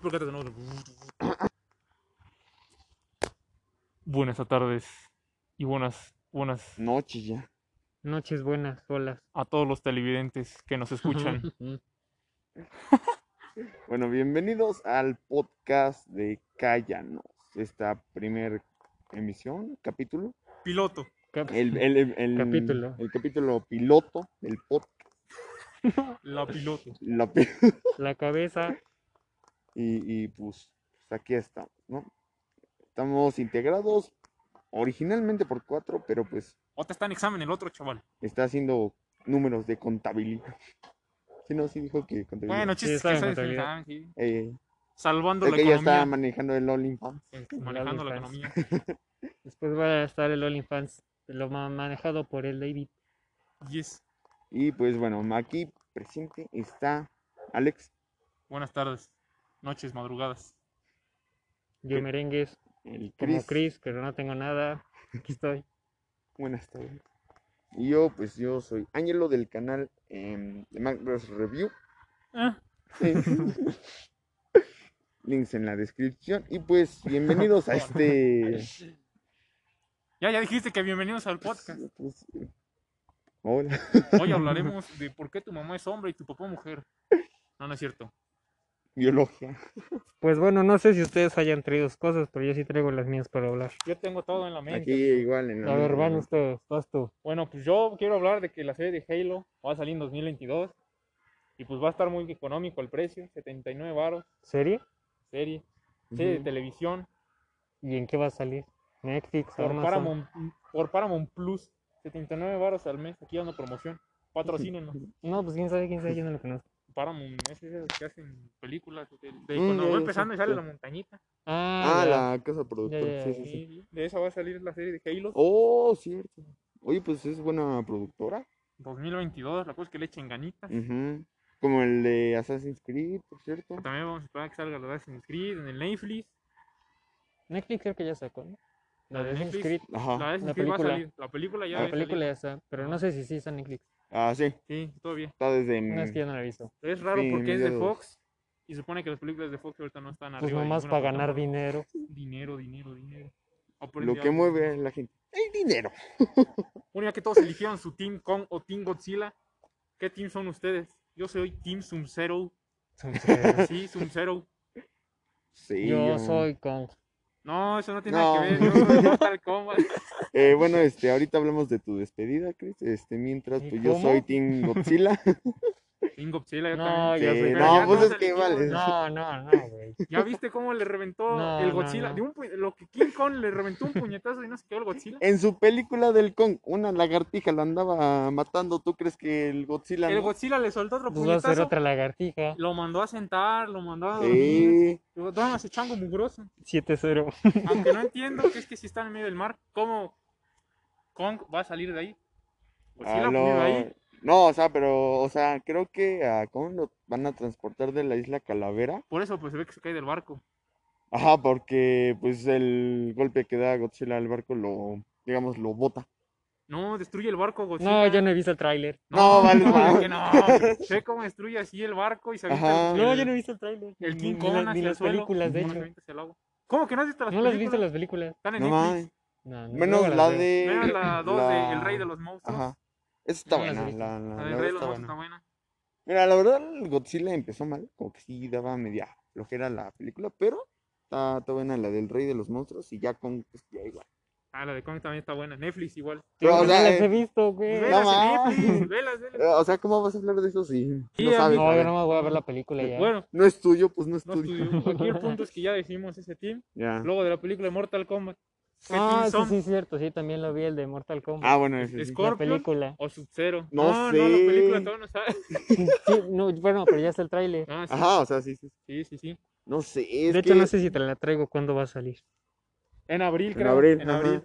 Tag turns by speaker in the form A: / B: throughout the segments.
A: Porque te tenemos-
B: Buenas tardes y buenas, buenas
C: Noche ya.
D: Noches buenas, solas.
B: a todos los televidentes que nos escuchan.
C: Bueno, bienvenidos al podcast de Cállanos. Esta primer emisión, capítulo.
A: Piloto.
D: Cap-
C: El, el- el- el-
D: Capítulo.
C: El capítulo piloto del podcast.
A: La piloto.
D: La cabeza,
C: Y, y, pues, pues, aquí estamos, ¿no? Estamos integrados originalmente por cuatro, pero pues
A: Otra está en examen el otro, chaval.
C: está haciendo números de contabilidad. Si no, sí dijo que contabilidad.
A: Bueno, chistes
D: está
A: que
D: en
A: sabes el
D: contabilidad.
A: examen, sí.
C: Eh,
A: Salvando
C: sé
A: la
C: que ya está
A: economía.
C: manejando el OnlyFans.
A: este, Manejando la
D: OnlyFans.
A: economía.
D: después va a estar el OnlyFans, lo ma- manejado por el David.
A: Yes.
C: Y pues bueno, aquí presente está Alex,
A: Buenas tardes. Noches, madrugadas.
D: Yo
C: Ok.
D: merengues,
C: el
D: como
C: Chris.
D: Chris, pero no tengo nada. Aquí estoy.
C: Buenas tardes. Y yo, pues yo soy Ángelo del canal em, de Macros Review.
A: Ah.
C: Sí. Links en la descripción. Y pues, bienvenidos a este.
A: Ya, ya dijiste que bienvenidos al podcast.
C: pues, hola.
A: Hoy hablaremos de por qué tu mamá es hombre y tu papá mujer. No, no es cierto.
C: Biología.
D: Pues bueno, no sé si ustedes hayan traído sus cosas, pero yo sí traigo las mías para hablar.
A: Yo tengo todo en la mente.
C: Aquí igual en la
D: A ver,
C: misma-
D: van ustedes, vas tú.
A: Bueno, pues yo quiero hablar de que la serie de Halo va a salir en 2022 y pues va a estar muy económico el precio, 79 varos,
D: ¿Serie?
A: serie, serie de
C: Ujú.
A: televisión
D: ¿Y en qué va a salir? Netflix,
A: por
D: Amazon.
A: Paramount, por Paramount Plus, 79 varos al mes, aquí dando promoción. Patrocínenos.
D: No, pues quién sabe, quién sabe, yo no lo conozco.
A: Paramount es esos que hacen películas de, de
C: Mm,
A: cuando
C: ya,
A: va
C: ya
A: empezando
C: sé,
A: y sale
C: sí.
A: la montañita.
D: Ah,
C: Ah,
D: ya.
C: la casa productora.
D: Ya, ya,
C: sí, sí, sí.
A: Sí, De esa va a salir la serie de Halo
C: Oh, cierto. Oye, pues es buena productora.
A: 2022, la cosa es que le echen ganitas.
C: Mm. Ujú. Como el de Assassin's Creed, por cierto.
A: También vamos a esperar que salga la de Assassin's Creed en el Netflix.
D: Netflix creo que ya sacó, ¿no? La
A: La
C: Ah,
D: de
A: de
D: Assassin's
A: Netflix.
D: Creed.
A: La
C: Ajá.
A: de Assassin's
D: la
A: Creed va a
D: película.
A: salir. La película ya
D: La
A: debe salir.
D: película ya está, pero no sé si sí está en Netflix.
C: Ah, sí.
A: Sí, todo bien.
C: Está desde.
D: No, es
C: mm,
D: que yo no la he visto.
A: Es raro
C: Sí,
A: porque es de
C: mediados.
A: Fox y supone que las películas de Fox ahorita no están
D: Pues
A: arriba. de
D: nomás
A: ninguna
D: para ganar
A: plataforma.
D: dinero.
A: Dinero, dinero, dinero. Ah, por
C: Lo
A: el
C: que
A: día-
C: mueve a la gente. El dinero.
A: Bueno, ya que todos eligieron su Team Kong o Team Godzilla, ¿qué team son ustedes? Yo soy Team Sub-Zero. Sí, Sub-Zero.
C: Sí.
D: Yo
C: ah.
D: soy con
A: No, eso no tiene
C: No.
A: nada que ver. Yo soy Mortal Kombat.
C: Eh, bueno, este, ahorita hablamos de tu despedida, Chris. Este, mientras,
D: ¿Y
C: pues yo
D: cómo?
C: soy Team Godzilla.
A: Team Godzilla, yo
D: No,
A: también.
D: yo
C: Sí,
D: soy-
A: Pero
C: no,
A: ya
C: pues
A: todos
C: es que
A: eligieron.
C: vale.
D: No, no, no, güey. Pues
A: ¿Ya viste cómo le reventó
D: No,
A: el
D: no,
A: Godzilla?
D: no.
A: De un pu- lo que King Kong le reventó un puñetazo y no se quedó el Godzilla.
C: En su película del Kong, una lagartija lo andaba matando. ¿Tú crees que el Godzilla
A: El
C: no?
A: Godzilla le soltó otro
D: Pues va a ser
A: puñetazo.
D: otra lagartija.
A: Lo mandó a sentar, lo mandó a dormir.
C: Sí.
A: Digo, Toma ese chango mugroso.
D: 7-0.
A: Aunque no entiendo que es que si está en medio del mar, ¿cómo Kong va a salir de ahí? Pues sí,
C: Ah,
A: la
C: lo-
A: pone ahí.
C: No, o sea, pero, o sea, creo que a Kong lo van a transportar de la isla Calavera.
A: Por eso pues se ve que se cae del barco.
C: Ajá, porque pues el golpe que da Godzilla al barco lo, digamos, lo bota.
A: No, destruye el barco Godzilla.
D: No, yo no he visto el tráiler.
C: No, vale,
A: es
C: no.
A: que no. Se ve cómo destruye así el barco y se
C: Ajá.
A: avienta el,
D: No, yo no he visto el tráiler.
A: el
D: Ni,
A: King
D: ni
A: Kong
D: la-
A: hacia
D: ni
A: el
D: las
A: suelo.
D: películas, de
A: Ajá,
D: hecho.
A: se avienta hacia el agua. ¿Cómo que no has visto las
D: ¿No las
A: películas?
D: has visto las películas?
A: Están en
C: No
A: Netflix.
C: mames.
D: No, no,
C: Menos
D: luego
C: la
D: veo.
C: de.
A: Menos la 2 de El Rey de los Monstruos.
C: Ajá. Esa está
D: No las he
C: buena.
D: visto.
C: La, la-
A: La
C: la
A: del
C: verdad
A: Rey de los
C: está
A: Monstruos
C: buena.
A: está buena.
C: Mira, la verdad, el Godzilla empezó mal. Como que sí daba media flojera la película, pero está, está buena la del Rey de los Monstruos y ya con. pues, ya igual.
A: Ah, la de Kong también está buena. Netflix igual.
C: Pero,
D: Yo
C: o
D: no
C: sea,
D: las he
C: eh,
D: visto, güey.
A: Pues
C: no
A: Velas en
C: mames.
A: Netflix, velas, velas.
C: eh, o sea, ¿cómo vas a hablar de eso si
A: Sí,
C: no sabes?
D: No,
C: A
D: yo
C: ver,
D: nomás voy a ver la película ya.
A: Bueno,
C: no es tuyo, pues no es
A: no
C: tuyo.
A: estudió. Aquí el punto es que ya decimos ese team.
C: Ya.
A: Luego de la película de Mortal Kombat. ¿Qué
D: ah,
A: team
D: sí,
A: son?
D: sí, cierto. Sí, también lo vi, el de Mortal Kombat.
C: Ah, bueno, ese sí.
A: Scorpion
D: la película.
A: o Sub-Zero.
C: No
A: no, la
C: sé.
A: película todavía no sabe.
D: Sí, no, bueno, pero ya está el tráiler.
A: Ah, sí,
C: Ajá, o sea, sí, sí.
A: sí, sí, sí.
C: No sé, es
D: De hecho,
C: que
D: no sé si te la traigo cuándo va a salir.
A: En abril,
C: en
A: creo.
C: abril,
A: En
C: ajá.
A: abril.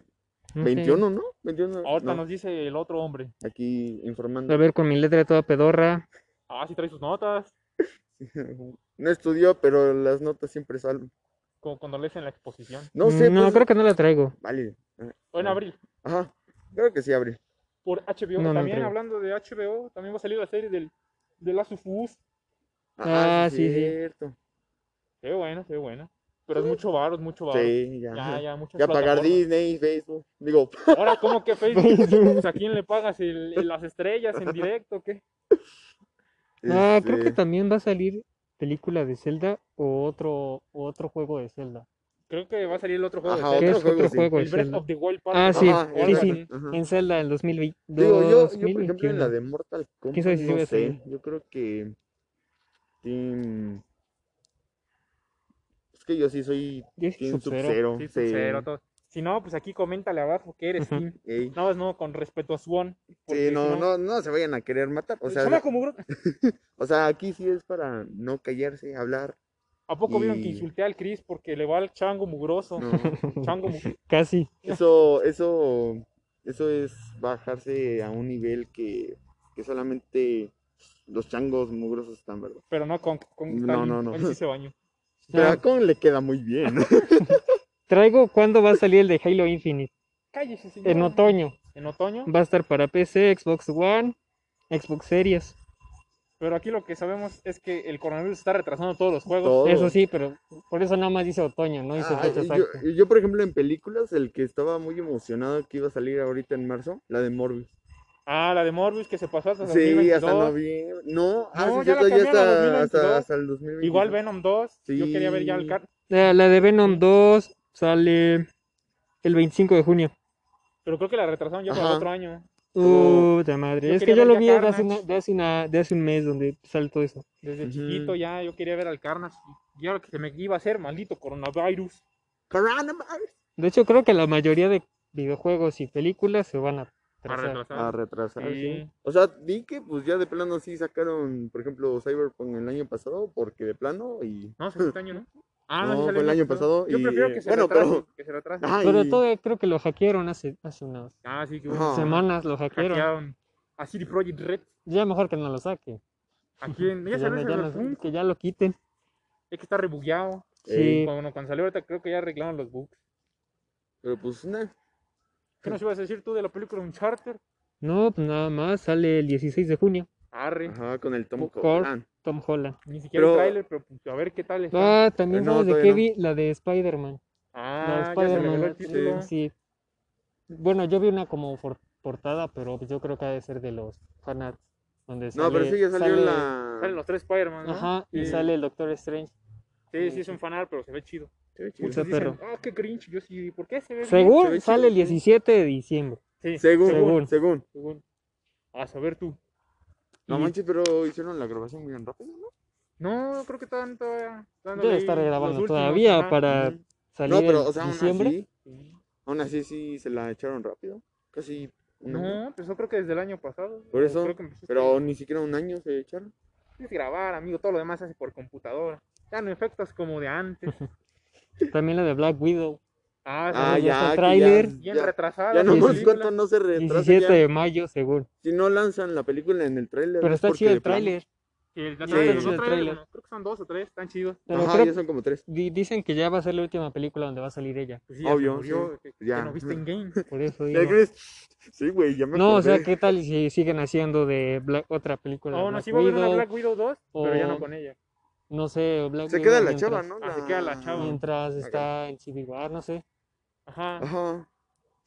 D: No sé.
C: 21, ¿no? 21.
A: Ahorita
C: no,
A: nos dice el otro hombre.
C: Aquí informando.
D: A ver, con mi letra toda pedorra.
A: Ah, sí trae sus notas.
C: No estudió, pero las notas siempre salen.
A: Como cuando lees en la exposición.
C: No sé,
D: Mm, No,
C: pues,
D: creo que no la traigo.
C: Vale.
A: O en
C: Ah.
A: abril.
C: Ajá. Creo que sí, abre.
A: Por HBO.
D: No, no
A: también
D: creo.
A: hablando de HBO, también va a salir la serie del, de Last of Us.
D: Ah, sí, sí.
C: cierto.
A: Qué buena buena, se ve buena. Pero es mucho varo, es mucho varo.
C: Sí,
A: Ya,
C: ya. Ya,
A: ya, muchas
C: pagar
A: plataformas.
C: Disney, Facebook. Digo,
A: Ahora, ¿cómo que Facebook? Pues, ¿A quién le pagas el- el- las estrellas en directo? ¿Qué?
D: Ah, creo que
C: este,
D: también va a salir película de Zelda o otro, o otro juego de Zelda.
A: Creo que va a salir el otro juego
C: Ajá,
A: de
D: ¿Qué
A: Zelda.
C: otro
D: es
C: juego,
D: otro
C: sí.
D: juego de
A: El Breath
D: Zelda?
A: of the Wild Part
D: Ah,
A: dos.
D: sí,
C: ajá,
D: sí,
A: Ahora,
D: sí.
A: con-
C: ajá.
D: En Zelda en 2020.
C: Digo, yo, yo, por ejemplo, en la de Mortal Kombat,
D: ¿Quién sabe si sí
C: no
D: voy a
C: sé,
D: salir?
C: yo creo que Team... Es que yo sí soy
D: Yo sí,
C: Team
D: Sub-Zero.
C: Sub-Zero,
A: Sí,
C: sí.
A: Sub-Zero, todo. Si no, pues aquí coméntale abajo que eres Team.
C: Ey,
A: Nada más no, con respeto a Swan. porque
C: sí,
A: si
C: no, no, no se vayan a querer matar, o
A: El
C: sea,
A: chamaco mugroso.
C: o sea, aquí sí es para no callarse, hablar,
A: ¿A poco vieron que
C: Y-
A: insulté al Chris porque le va al chango mugroso?
C: no,
A: Chango mu-
D: Casi.
C: eso, eso, eso es bajarse a un nivel que, que solamente los changos mugrosos están, ¿verdad?
A: Pero no con. con
C: No,
A: tal-
C: no, no.
A: Él sí se bañó.
C: Pero a
D: Ya,
C: Kong le queda muy bien,
D: Ah, Traigo cuándo va a salir el de Halo Infinite.
A: Cállese, señor.
D: En otoño.
A: En otoño.
D: Va a estar para PC, Xbox One, Xbox Series.
A: Pero aquí lo que sabemos es que el coronavirus está retrasando todos los juegos.
C: todo.
D: Eso sí, pero por eso nada más dice otoño, no dice
C: Oh. Ah,
D: fecha
C: yo,
D: exacta.
C: yo, por ejemplo, en películas, el que estaba muy emocionado que iba a salir ahorita en marzo, la de Morbius.
A: Ah, la de Morbius que se pasó hasta el
C: Sí,
A: 2022.
C: hasta noviembre. No, ah,
A: No,
C: sí,
A: ya la
C: cierto, ya
A: cambiaron a
C: está
A: 2022.
C: hasta, hasta el 2022.
A: Igual Venom 2. Yo
C: Sí.
A: quería ver ya el car...
D: La, Ah, la de Venom 2 sale el 25 de junio.
A: Pero creo que la retrasaron ya para
C: Ajá.
A: otro año.
C: Pero-
D: Puta madre.
A: Yo
D: es que
A: quería ver
D: yo lo
A: ya
D: vi de hace,
A: Carnage.
D: una- de hace una- de hace un mes donde sale todo eso.
A: Desde
C: Ujú.
A: chiquito ya yo quería ver al Carnage. Y ahora que se me iba a hacer, maldito coronavirus.
C: ah, Coronavirus.
D: De hecho, creo que la mayoría de videojuegos y películas se van a atrasar.
C: A retrasar, sí.
A: Sí.
C: O sea, vi que pues ya de plano sí sacaron, por ejemplo, Cyberpunk el año pasado, porque de plano y...
A: No, se fue este año, ¿no? Ah,
C: No,
A: sí salió
C: fue el año pasado
A: Yo
C: y-
A: prefiero que se
C: bueno,
A: retrase.
C: pero-
A: Que se retrase.
C: Ajá,
D: Pero
C: y-
D: todo creo que lo hackearon hace, hace unas
A: Ah, sí, que
C: Ajá.
A: bueno.
D: semanas, lo hackearon.
A: Hackearon a CD Projekt Red.
D: Ya mejor que no lo saquen.
A: ¿A quién?
D: Que
A: Ya
D: ya,
A: salió
D: no- ya no-
A: Cyberpunk.
D: que ya lo quiten.
A: Es que está rebugueado.
D: Sí.
A: Bueno, cuando salió ahorita creo que ya arreglaron los bugs.
C: Pero pues, nah.
A: ¿Qué nos ibas a decir tú de la película Uncharted?
D: No, pues nada más sale el 16 de junio.
A: Arre.
C: Ajá, con el Tom
D: Por-
C: Holland.
D: Tom Holland.
A: Ni siquiera
C: Pero-
A: el tráiler, pero pues, a ver qué tal está.
D: Ah, también
C: Eh, no,
D: sabes de
C: todavía
D: qué
C: no.
D: vi la de Spider-Man.
A: Ah,
D: la
A: ya
D: de
A: se reveló
D: Spider-Man.
A: el título.
D: Sí. Bueno, yo vi una como for- portada, pero yo creo que ha de ser de los fanarts. Donde
C: No, pero
D: sale-
C: sí, ya salió
D: sale-
C: la...
A: Salen los tres Spider-Man, ¿no?
D: Ajá, y
A: Sí.
D: sale el Doctor Strange.
A: Sí, sí es un fanart, pero se ve chido.
C: Se ve chido.
A: Muchos
D: Está
A: dicen, ah, qué cringe. Yo sí, ¿por qué se ve bien?
D: Según
C: se ve
D: sale
C: chido,
D: el 17 de diciembre.
A: Sí,
C: Según,
D: Según.
C: según,
A: según. A saber tú.
C: No
A: Y-
C: manches, pero hicieron la grabación muy rápido, ¿no?
A: No, creo que están todavía... dándole
D: Debe
A: ahí
D: estar
A: los
D: grabando
A: últimos,
D: todavía
A: ajá.
D: para
C: Ujú.
D: salir
C: No, pero,
D: en
C: o sea, aún
D: diciembre.
C: así,
A: Sí.
C: aún así sí se la echaron rápido. Casi un año.
A: No, empezó creo que desde el año pasado.
C: Por
A: o
C: eso,
A: creo que empezó este
C: Pero
A: año.
C: ni siquiera un año se echaron.
A: Es grabar, amigo, todo lo demás se hace por computadora. Ya no efectos como de antes.
D: También la de Black Widow.
A: Ah, sí,
C: Ah,
D: ya está
C: ya,
D: el
C: que
D: tráiler.
A: bien
C: ya, ya,
A: retrasada.
C: ya
A: la
C: no
D: sí,
C: más
D: sí.
A: película.
C: cuánto no se retrasa
D: 17
C: ya.
D: de mayo, según.
C: Si no lanzan la película en el tráiler
D: Pero
C: es
D: está
C: porque
D: chido
C: de
D: el
C: plano-
D: tráiler.
A: Sí, el-
D: Sí,
A: no, trae-
D: sí,
A: no
D: el
A: trae
D: tráiler.
A: uno, Creo que son dos o tres, están chidos.
D: Pero
C: Ajá,
D: creo-
C: ya son como tres.
D: di- dicen que ya va a ser la última película donde va a salir ella.
A: Pues sí, ya se
C: Obvio,
A: murió, que- que
C: ya.
A: no viste en game.
D: Por eso
C: ¿Ya
D: digo.
C: crees? Sí, güey, ya me
D: No, o sea,
C: acordé.
D: ¿qué tal si siguen haciendo de Black- otra película? de
A: No, no,
D: Black
A: sí va a haber una
D: Widow?
A: Black Widow 2, pero ya no
D: o-
A: con ella.
D: No sé, Black
C: Se
D: Widow
C: queda la
D: mientras-
C: chava, ¿no?
A: Ah, se queda la chava.
D: Mientras
C: Ok.
D: está en Civil War, no sé.
A: Ajá.
C: Ajá.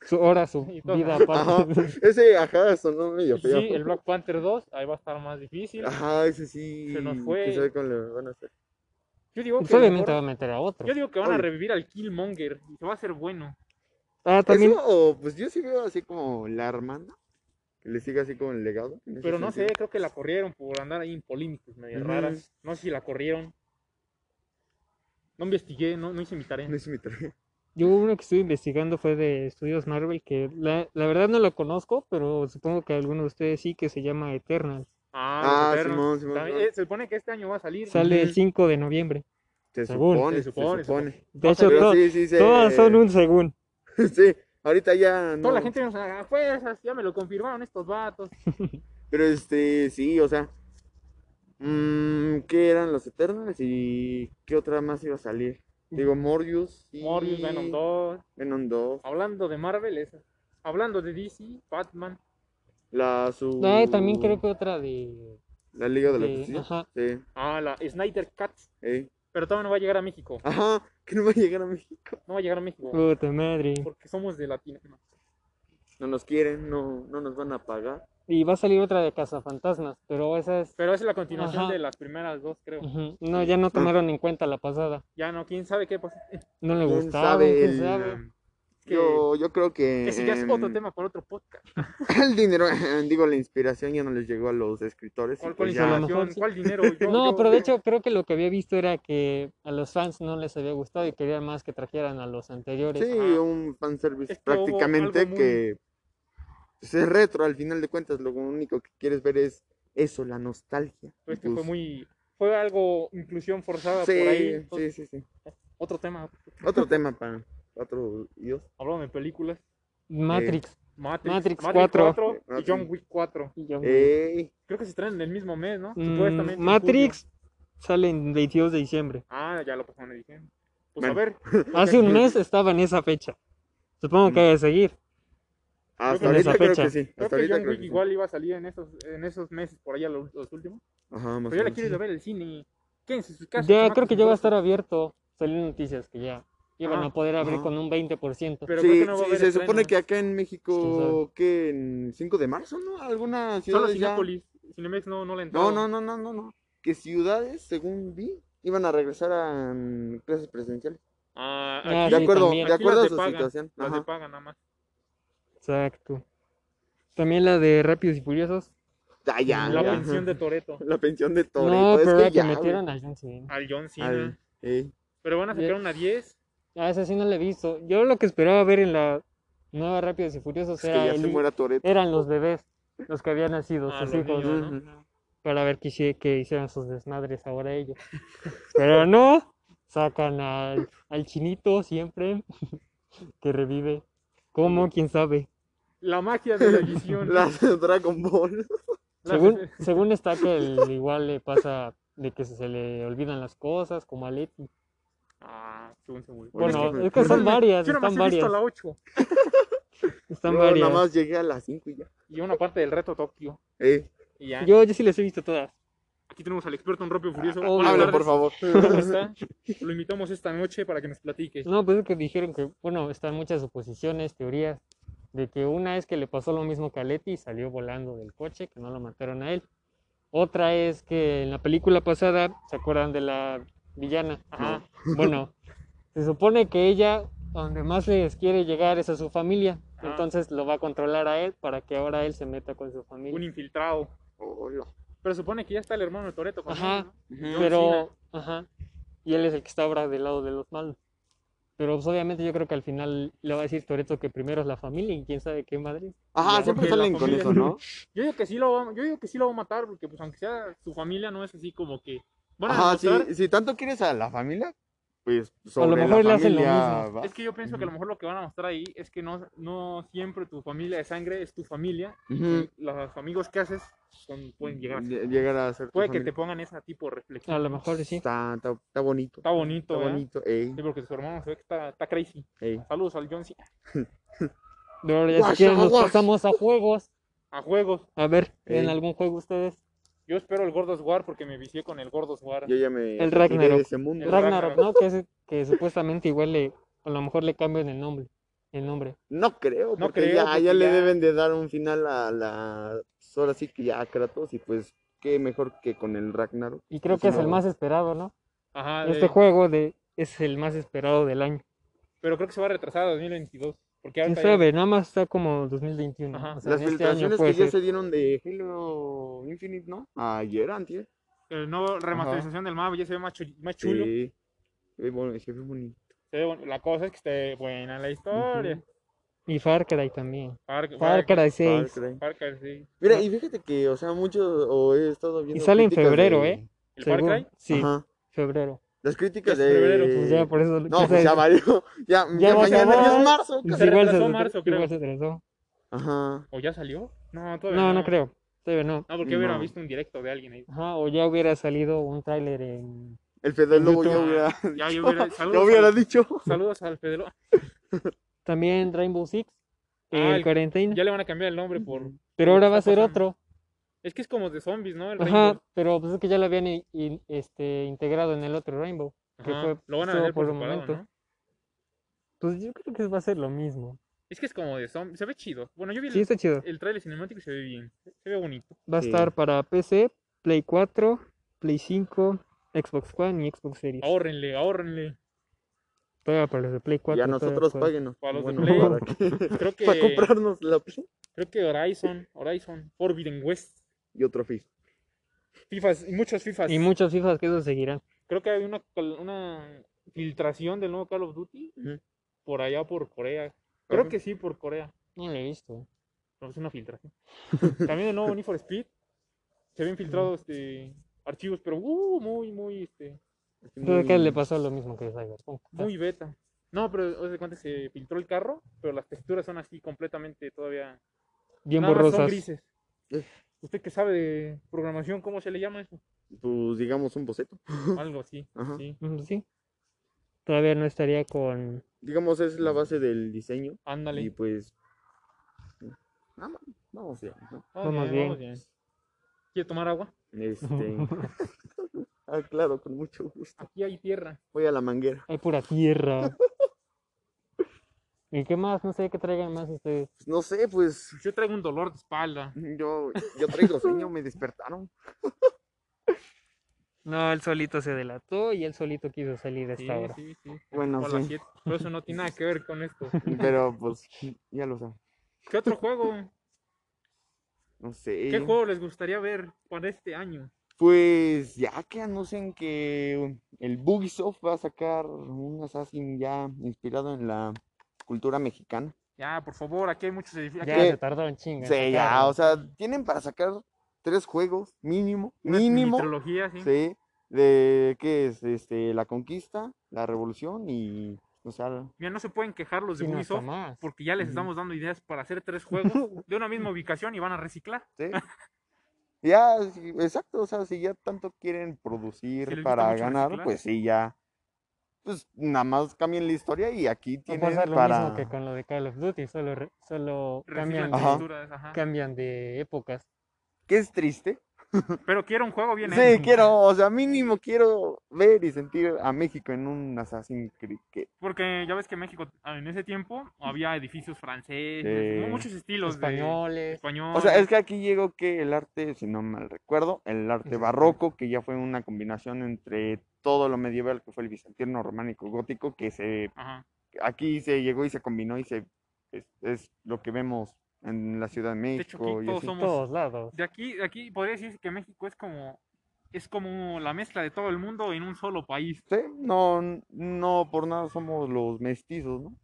D: Su hora, su
A: Y todo.
D: vida
C: Ajá.
D: aparte.
C: Ese ajá sonó medio
A: Sí,
C: feo.
A: el Black Panther 2, ahí va a estar más difícil.
C: Ajá, ese sí.
A: Se nos fue.
C: ¿Quién sabe cómo le van a hacer?
A: Yo digo
D: Pues
A: que
D: obviamente va a
A: mejor-
D: meter a otro.
A: yo digo que van a
C: Obvio.
A: revivir al Killmonger y se va a hacer bueno.
D: Ah, también.
C: Eso, o, pues yo sí veo así como la hermana, que le siga así como el legado. en ese
A: Pero no sé,
C: sentido.
A: creo que la corrieron por andar ahí en polémicas medio
C: Ujú.
A: raras. No sé si la corrieron. No investigué, no, no hice mi tarea.
C: No es mi tarea.
D: Yo uno que estuve investigando fue de Estudios Marvel, que la, la verdad no lo conozco, pero supongo que alguno de ustedes sí, que se llama Eternal.
A: Ah,
C: Ah,
A: los Eternos.
C: Simón, Simón.
A: También-
C: Simón.
A: eh, se supone que este año va a salir.
D: Sale el
C: Ujú.
D: 5 de noviembre.
C: Se
D: según.
C: supone,
A: Se
C: se
A: supone,
C: supone.
A: se supone.
D: De hecho,
C: Pero
D: to-
C: sí, sí, se...
D: todas son un según.
C: Sí, ahorita ya no.
A: Toda la gente nos ah, fuerzas, ya me lo confirmaron estos vatos.
C: Pero este, sí, o sea. mm, ¿Qué eran los Eternals y qué otra más iba a salir? Digo, Morbius. y-
A: Morbius, Venom 2.
C: Venom 2.
A: Hablando de Marvel, esa. Hablando de DC, Batman.
C: La su.
D: Ah, y también creo que otra de.
C: La Liga de la
D: de-
C: Justicia.
D: ajá.
C: Sí,
A: Ah, la Snyder Cat.
C: eh.
A: Pero todavía no va a llegar a México.
C: Ajá, que no va a llegar a México.
A: No va a llegar a México.
D: Puta madre.
A: Porque somos de Latino. no.
C: No nos quieren, no, no nos van a pagar.
D: Y va a salir otra de Cazafantasmas, pero esa es.
A: Pero esa es la continuación
D: Ajá.
A: de las primeras dos, creo.
D: Ujú. No, ya no tomaron en cuenta la pasada.
A: Ya no, quién sabe qué pasó. Es
D: No le
C: ¿Quién
D: gustaba.
C: sabe
D: quién
C: el-
D: sabe.
A: que,
C: Yo, yo creo que.
A: ese ya es otro
C: em,
A: tema por otro podcast.
C: El dinero, digo, la inspiración ya no les llegó a los escritores. y
A: ¿Cuál, cuál
C: pues ya-
D: inspiración?
A: información?
D: mejor sí.
A: ¿Cuál dinero? Yo-
D: No,
A: yo-
D: pero de hecho creo que lo que había visto era que a los fans no les había gustado y querían más que trajeran a los anteriores.
C: Sí,
A: Ajá.
C: un fanservice
A: Es que hubo
C: prácticamente
A: algo muy-
C: que pues, es retro al final de cuentas. Lo único que quieres ver es eso, la nostalgia.
A: Pues
C: Y,
A: que fue
C: pues,
A: muy. Fue algo inclusión forzada
C: Sí,
A: por ahí. entonces,
C: sí, sí, sí.
A: Otro tema.
C: Otro tema para otro Dios.
A: Hablando de películas.
D: Matrix.
A: Matrix,
D: Matrix
A: 4,
D: 4.
A: y John Wick 4.
D: Y
C: Eh,
D: yo-
C: Ey,
A: Creo que se traen en el mismo mes, ¿no?
D: Mm,
A: Supuestamente. en julio.
D: Matrix sale en 22 de diciembre.
A: Ah, ya lo pasaron, le dije. Pues
C: Bueno.
A: a ver,
D: Hace un mes estaba en esa fecha. Supongo que
C: Mm.
D: debe seguir.
C: hasta
A: Creo que en
C: ahorita
D: esa
C: creo
D: fecha.
C: que sí.
A: creo
C: Hasta
A: que
C: ahorita
A: John
C: creo
A: Wick
C: que sí.
A: igual iba a salir en esos, en esos meses, por allá los, los últimos.
C: Ajá, más
A: Pero yo la
C: o menos,
A: quiero ir
C: sí.
A: a ver el cine. Quédense en sus casas.
D: Ya
A: chamacos,
D: creo que ya va a
A: entonces.
D: estar abierto. Salieron noticias que ya iban
A: Ah,
D: a poder abrir
C: ajá.
D: con un 20%.
A: Pero creo
C: Sí,
A: que no va a
C: sí,
A: haber
C: se
A: estreno.
C: supone que acá en
D: ¿Quién sabe?
C: México, que en 5 de marzo, ¿no? Alguna ciudad
A: Solo
C: ya...
A: Cinépolis. Cinemex no, no la entró.
C: No, no, no, no, no, no. Que ciudades, según vi, iban a regresar a mm, clases presenciales.
A: Ah,
D: Ah,
A: aquí,
C: de
D: sí,
C: acuerdo,
D: también.
C: de
A: Aquí las
C: acuerdo a
A: de
C: su
A: paga,
C: situación.
A: las de
C: Ajá.
A: paga nada más.
D: Exacto. También la de Rápidos y Furiosos.
C: Ah, ya,
A: la
C: ya.
A: pensión de Toreto.
C: La pensión de Toreto.
D: No,
C: pues es
D: pero
C: que
D: era que
C: ya, güey.
D: metieron a John Cena.
A: Al John Cena.
C: Al- ey.
A: Pero van a sacar
D: Ya.
A: una 10.
D: Ah, esa sí no la he visto. Yo lo que esperaba ver en la nueva Rápidos y Furiosos
C: Es que
D: era
C: ya se
D: el-
C: muera Toreto.
D: eran los bebés, los que habían nacido,
A: Ah,
D: sus
A: los
D: hijos,
A: niños, ¿no?
D: para ver que, hici- que hicieran sus desmadres ahora ellos. Pero no, sacan al, al chinito siempre, que revive. ¿Cómo? ¿Quién sabe?
A: La magia de la edición.
C: Las de Dragon Ball.
A: Las-
D: Según, según está que el- igual le pasa de que se le olvidan las cosas, como a Leti.
A: Ah, según se murió.
C: Bueno,
D: Bueno,
C: es que-
D: es que son
A: Perdóname,
D: varias,
A: Yo nada más
D: están
A: he visto
D: varias,
A: la 8.
D: están
C: Yo nada
D: varias.
C: más llegué a las 5 y ya. Eh,
A: Y una parte del reto Tokio.
C: Ey.
A: Y ya.
D: Yo, yo sí les he visto todas.
A: Aquí tenemos al experto en Rápido y Furioso.
D: Obvio.
A: Buenas
C: Habla,
A: tardes.
C: por favor.
A: ¿Cómo está? Lo invitamos esta noche para que nos platique.
D: No, pues es que dijeron que, bueno, están muchas suposiciones, teorías, de que una es que le pasó lo mismo que a Leti y salió volando del coche, que no lo mataron a él. Otra es que en la película pasada, ¿se acuerdan de la villana?
A: Ajá.
D: Bueno, se supone que ella, donde más les quiere llegar es a su familia,
A: Ah.
D: entonces lo va a controlar a él para que ahora él se meta con su
A: Un
D: familia.
A: infiltrado.
C: Hola.
A: Pero supone que ya está el hermano de Toreto.
D: Ajá.
C: Ujú.
A: John Cena.
D: Pero, ajá, y él es el que está ahora del lado de los malos. Pero pues, obviamente yo creo que al final le va a decir Toreto que primero es la familia y quién sabe qué madre.
C: Ajá,
A: Ya,
C: siempre
A: porque la
C: salen con
A: familia-
C: eso, ¿no?
A: Yo digo que sí lo va, yo digo que sí lo va a matar porque pues aunque sea su familia no es así como que van a
C: Ajá, si,
A: demostrar-
C: si tanto quieres a la familia, pues
D: lo
C: sobre
D: mejor le
C: la
D: hacen lo
C: familia
D: mismo.
C: va.
A: Es que yo pienso que a lo mejor lo que van a mostrar ahí es que no, no siempre tu familia de sangre es tu familia.
C: Ujú.
A: y Los amigos que haces son- pueden llegar. a ser.
C: Lle- Llegar a ser tu
A: Puede que te
C: familia.
A: pongan esa tipo de reflexión.
D: A lo mejor sí.
C: Está, está, está bonito.
A: Está bonito,
C: Está
A: ¿verdad?
C: bonito. Ey,
A: Sí, porque su hermano se ve que está, está crazy.
C: ey.
A: Saludos al John Cena.
D: Pero ahora ya si
C: Guasa,
D: quieren nos
C: guasa.
D: pasamos a juegos.
A: A juegos.
D: A ver,
C: Ey.
D: ¿en algún juego ustedes?
A: Yo espero el Gordos War porque me vicié con el Gordos War.
C: Yo ya me
D: El
C: retiré
D: Ragnarok.
C: de ese mundo.
A: El
D: Ragnarok,
A: Ragnarok.
D: ¿no? Que, es- que supuestamente igual le, a lo mejor le cambian el nombre. El nombre.
C: No creo,
A: No
C: porque
A: creo,
C: ya,
A: porque
C: ya le
A: ya-
C: deben de dar un final a la... pues Ahora sí que ya a Kratos y pues qué mejor que con el Ragnarok.
D: Y creo
C: Sí,
D: que es el
C: no.
D: más esperado, ¿no?
A: Ajá,
D: Este
A: de-
D: juego de, es el más esperado del año.
A: pero creo que se va a retrasar a 2022. Porque
D: ¿Quién
A: ahorita ya-
D: sabe? Nada más está como 2021.
A: Ajá.
D: O sea,
C: Las
D: en este año
C: filtraciones
D: puede
C: que ya
D: ser.
C: se dieron de Halo Infinite, ¿no? Ayer, antier.
A: el nuevo remasterización del mapa ya se ve más, chu- más chulo.
C: Sí. Se ve bueno, se ve bonito.
A: Se ve bueno. La cosa es que esté buena la historia.
D: Ujú. Y Far Cry también.
A: Far-
D: Far
A: Far-
D: Cry
C: Far
D: 6.
C: Cry.
A: Far Cry, sí.
C: Mira, y fíjate que, o sea, muchos, o he estado viendo
D: sale en
C: críticas
D: febrero,
C: de-
D: ¿eh?
A: El Far
D: según-
A: Cry.
D: Sí,
C: Ajá.
D: febrero.
C: Las críticas
A: Ya
C: de...
A: es febrero,
D: Pues ya, por eso.
C: No, pues ya valió. Ya,
D: Ya
C: ya,
D: va a
C: mañana ya
D: acabar.
C: es marzo.
D: Pues
A: Se
C: cabrón.
D: igual se
A: retrasó
D: retrasó-
A: marzo, creo.
D: igual se retrasó.
C: Ajá.
A: ¿O ya salió? No, todavía
D: No, no creo. Todavía no.
A: No, porque hubiera
C: No.
A: visto un directo de alguien ahí.
D: Ajá, o ya hubiera salido un tráiler en...
C: El Fedor Lobo ya
A: YouTube.
C: hubiera...
A: Ya, yo hubiera-
C: Ya
A: saludos,
C: hubiera
A: al,
C: dicho.
A: saludos al Fedelo.
D: También Rainbow Six,
A: Ah,
D: el
A: el-
D: Quarantine,
A: Ya le van a cambiar el nombre por...
D: pero ahora va a ser
A: pasando.
D: otro.
A: Es que es como de zombies, ¿no? El
D: Ajá,
A: Rainbow.
D: pero pues es que ya lo habían i- in- este, integrado en el otro Rainbow. que
A: Ajá,
D: fue-
A: lo van a
D: estuvo
A: vender por
D: por un
A: separado,
D: momento.
A: ¿no?
D: Pues yo creo que va a ser lo mismo.
A: Es que es como de zombie. Se ve chido. Bueno, yo vi
D: Sí,
A: el,
D: está chido.
A: el trailer cinemático y se ve bien. Se ve bonito.
D: Va a
C: Sí.
D: estar para PC, Play 4, Play 5, Xbox One y Xbox Series.
A: Ahórrenle, ahórrenle.
D: Todavía para los de Play 4.
C: Y a
D: todavía
C: nosotros
D: puede.
C: páguenos.
A: Para los de
C: Bueno,
A: Play.
C: para, que-
A: Creo que,
C: para comprarnos la Play
A: creo que Horizon, Horizon, Forbidden West,
C: y otro FIFA.
A: FIFAs y muchas FIFAs.
D: Y muchos fijas que eso seguirán.
A: creo que hay una, col- una filtración del nuevo Call of Duty
C: Ujú.
A: por allá por Corea. Creo
C: Ajá.
A: que sí, por Corea.
D: No lo he visto.
A: No, es una filtración. También el nuevo Need for Speed. Se habían filtrado este, archivos, pero uh, muy, muy, este,
C: Así
D: Creo que
C: muy-
D: le pasó lo mismo que a Cyberpunk.
C: Ah.
A: muy beta. No, pero hace cuenta se filtró el carro, pero las texturas son así completamente todavía.
D: Bien
A: nada más son
D: borrosas.
A: grises.
C: Eh.
A: Usted que sabe de programación, ¿cómo se le llama eso?
C: Pues digamos un boceto.
A: Algo así.
C: Ajá.
A: Sí.
D: Mm, Sí. Todavía no estaría con.
C: Digamos es la base del diseño.
A: Ándale.
C: Y pues. ah, va- vamos ya, ¿no?
A: Vamos
D: Vamos
A: Ah, bien,
D: bien.
A: vamos bien. ¿Quiere tomar agua?
C: Este. ah, claro, con mucho gusto.
A: Aquí hay tierra.
C: Voy a la manguera.
D: Hay pura tierra. ¿Y qué más? No sé qué traigan más ustedes.
C: Pues no sé, pues.
A: Yo traigo un dolor de espalda.
C: Yo, yo traigo sueño, me despertaron.
D: No, él solito se delató y él solito quiso salir a
A: Sí,
D: esta hora.
A: sí, sí.
C: Bueno,
A: O a las
C: sí.
A: siete. Pero eso no tiene nada que ver con esto.
C: Pero pues, ya lo saben.
A: ¿Qué otro juego?
C: No sé.
A: ¿Qué juego les gustaría ver para este año?
C: Pues ya que anuncian que el Bugisoft va a sacar un Assassin ya inspirado en la cultura mexicana.
A: Ya, por favor, aquí hay muchos edificios.
D: Ya
C: ¿Qué?
D: se tardaron chingas.
C: Sí, ya, o sea, tienen para sacar tres juegos mínimo, mínimo,
A: Trilogía, sí.
C: sí, de qué es, este, la conquista, la revolución y, o sea,
A: Mira, no se pueden quejar los de Ubisoft
D: más.
A: porque ya les
C: Ujú.
A: estamos dando ideas para hacer tres juegos de una misma ubicación y van a reciclar.
C: sí. Ya, sí, exacto, o sea, si ya tanto
A: Si
C: quieren
A: les
C: producir
A: gusta
C: para
A: mucho
C: ganar,
A: reciclar.
C: pues sí, ya, pues nada más cambien la historia y aquí
D: No
C: tienen
D: pasa lo
C: para...
D: mismo que con lo de Call of Duty, solo, re- solo
A: Reciclan
D: cambian,
C: Ajá.
D: de,
A: texturas, ajá.
D: cambian de épocas.
C: que es triste.
A: Pero quiero un juego bien
C: Sí,
A: hecho.
C: quiero, o sea, mínimo quiero ver y sentir a México en un Assassin's Creed. que-
A: Porque ya ves que México en ese tiempo había edificios franceses,
C: Sí.
A: muchos estilos de
D: españoles.
A: español.
C: O sea, es que aquí llegó que el arte, si no mal recuerdo, el arte
D: Exacto.
C: barroco, que ya fue una combinación entre todo lo medieval, que fue el bizantino, románico, gótico, que se
A: Ajá.
C: aquí se llegó y se combinó y se es, es lo que vemos en la Ciudad de
A: De hecho, aquí
C: México. y
A: todos
C: así.
A: somos
D: todos lados.
A: De aquí, de aquí podría decirse que México es como es como la mezcla de todo el mundo en un solo país.
C: Sí, no, no por nada somos los mestizos, ¿no?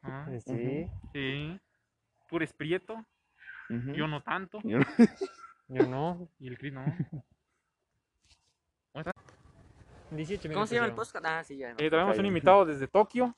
A: Ajá,
D: Sí.
A: Sí. Tú eres prieto,
C: Ujú.
A: yo no tanto,
C: Yo-
D: Yo no.
A: y el Cris no.
D: 18 minutos.
E: ¿Cómo se llama el
D: llevamos.
E: podcast? Ah, sí, ya.
A: Eh, traemos un
C: Cállate.
A: invitado desde Tokio,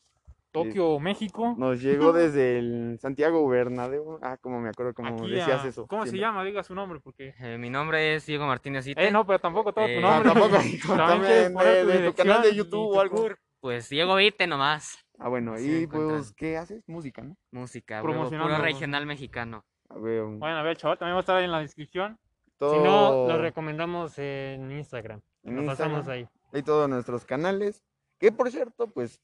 A: Tokio, México.
C: Nos llegó desde el Santiago Bernabéu. Ah, como me acuerdo cómo
A: Aquí
C: decías
A: a-
C: eso.
A: ¿Cómo se
C: siempre.
A: llama? Diga su nombre, porque.
E: Eh, mi nombre es Diego Martínez Ite.
A: Eh, no, pero tampoco todo tu
E: Eh,
C: Ah,
A: nombre.
C: tampoco.
A: quieres
C: También
A: poner
C: de,
A: tu
C: de tu canal
A: dirección
C: de
A: y
C: YouTube
A: tu
C: o algo.
A: cur-
E: Pues Diego Ite nomás.
C: Ah, bueno,
E: Sí,
C: y
E: encuentran.
C: pues, ¿qué haces? Música, ¿no?
E: Música, huevo, puro
A: Promocionando.
E: regional mexicano.
C: A ver, um,
A: Vayan a ver, chaval, también va a estar ahí en la descripción.
C: todo
D: Si no, lo recomendamos en Instagram.
C: Oh. en
D: lo pasamos
C: Instagram,
D: ahí.
C: Hay todos nuestros canales. Que por cierto, pues,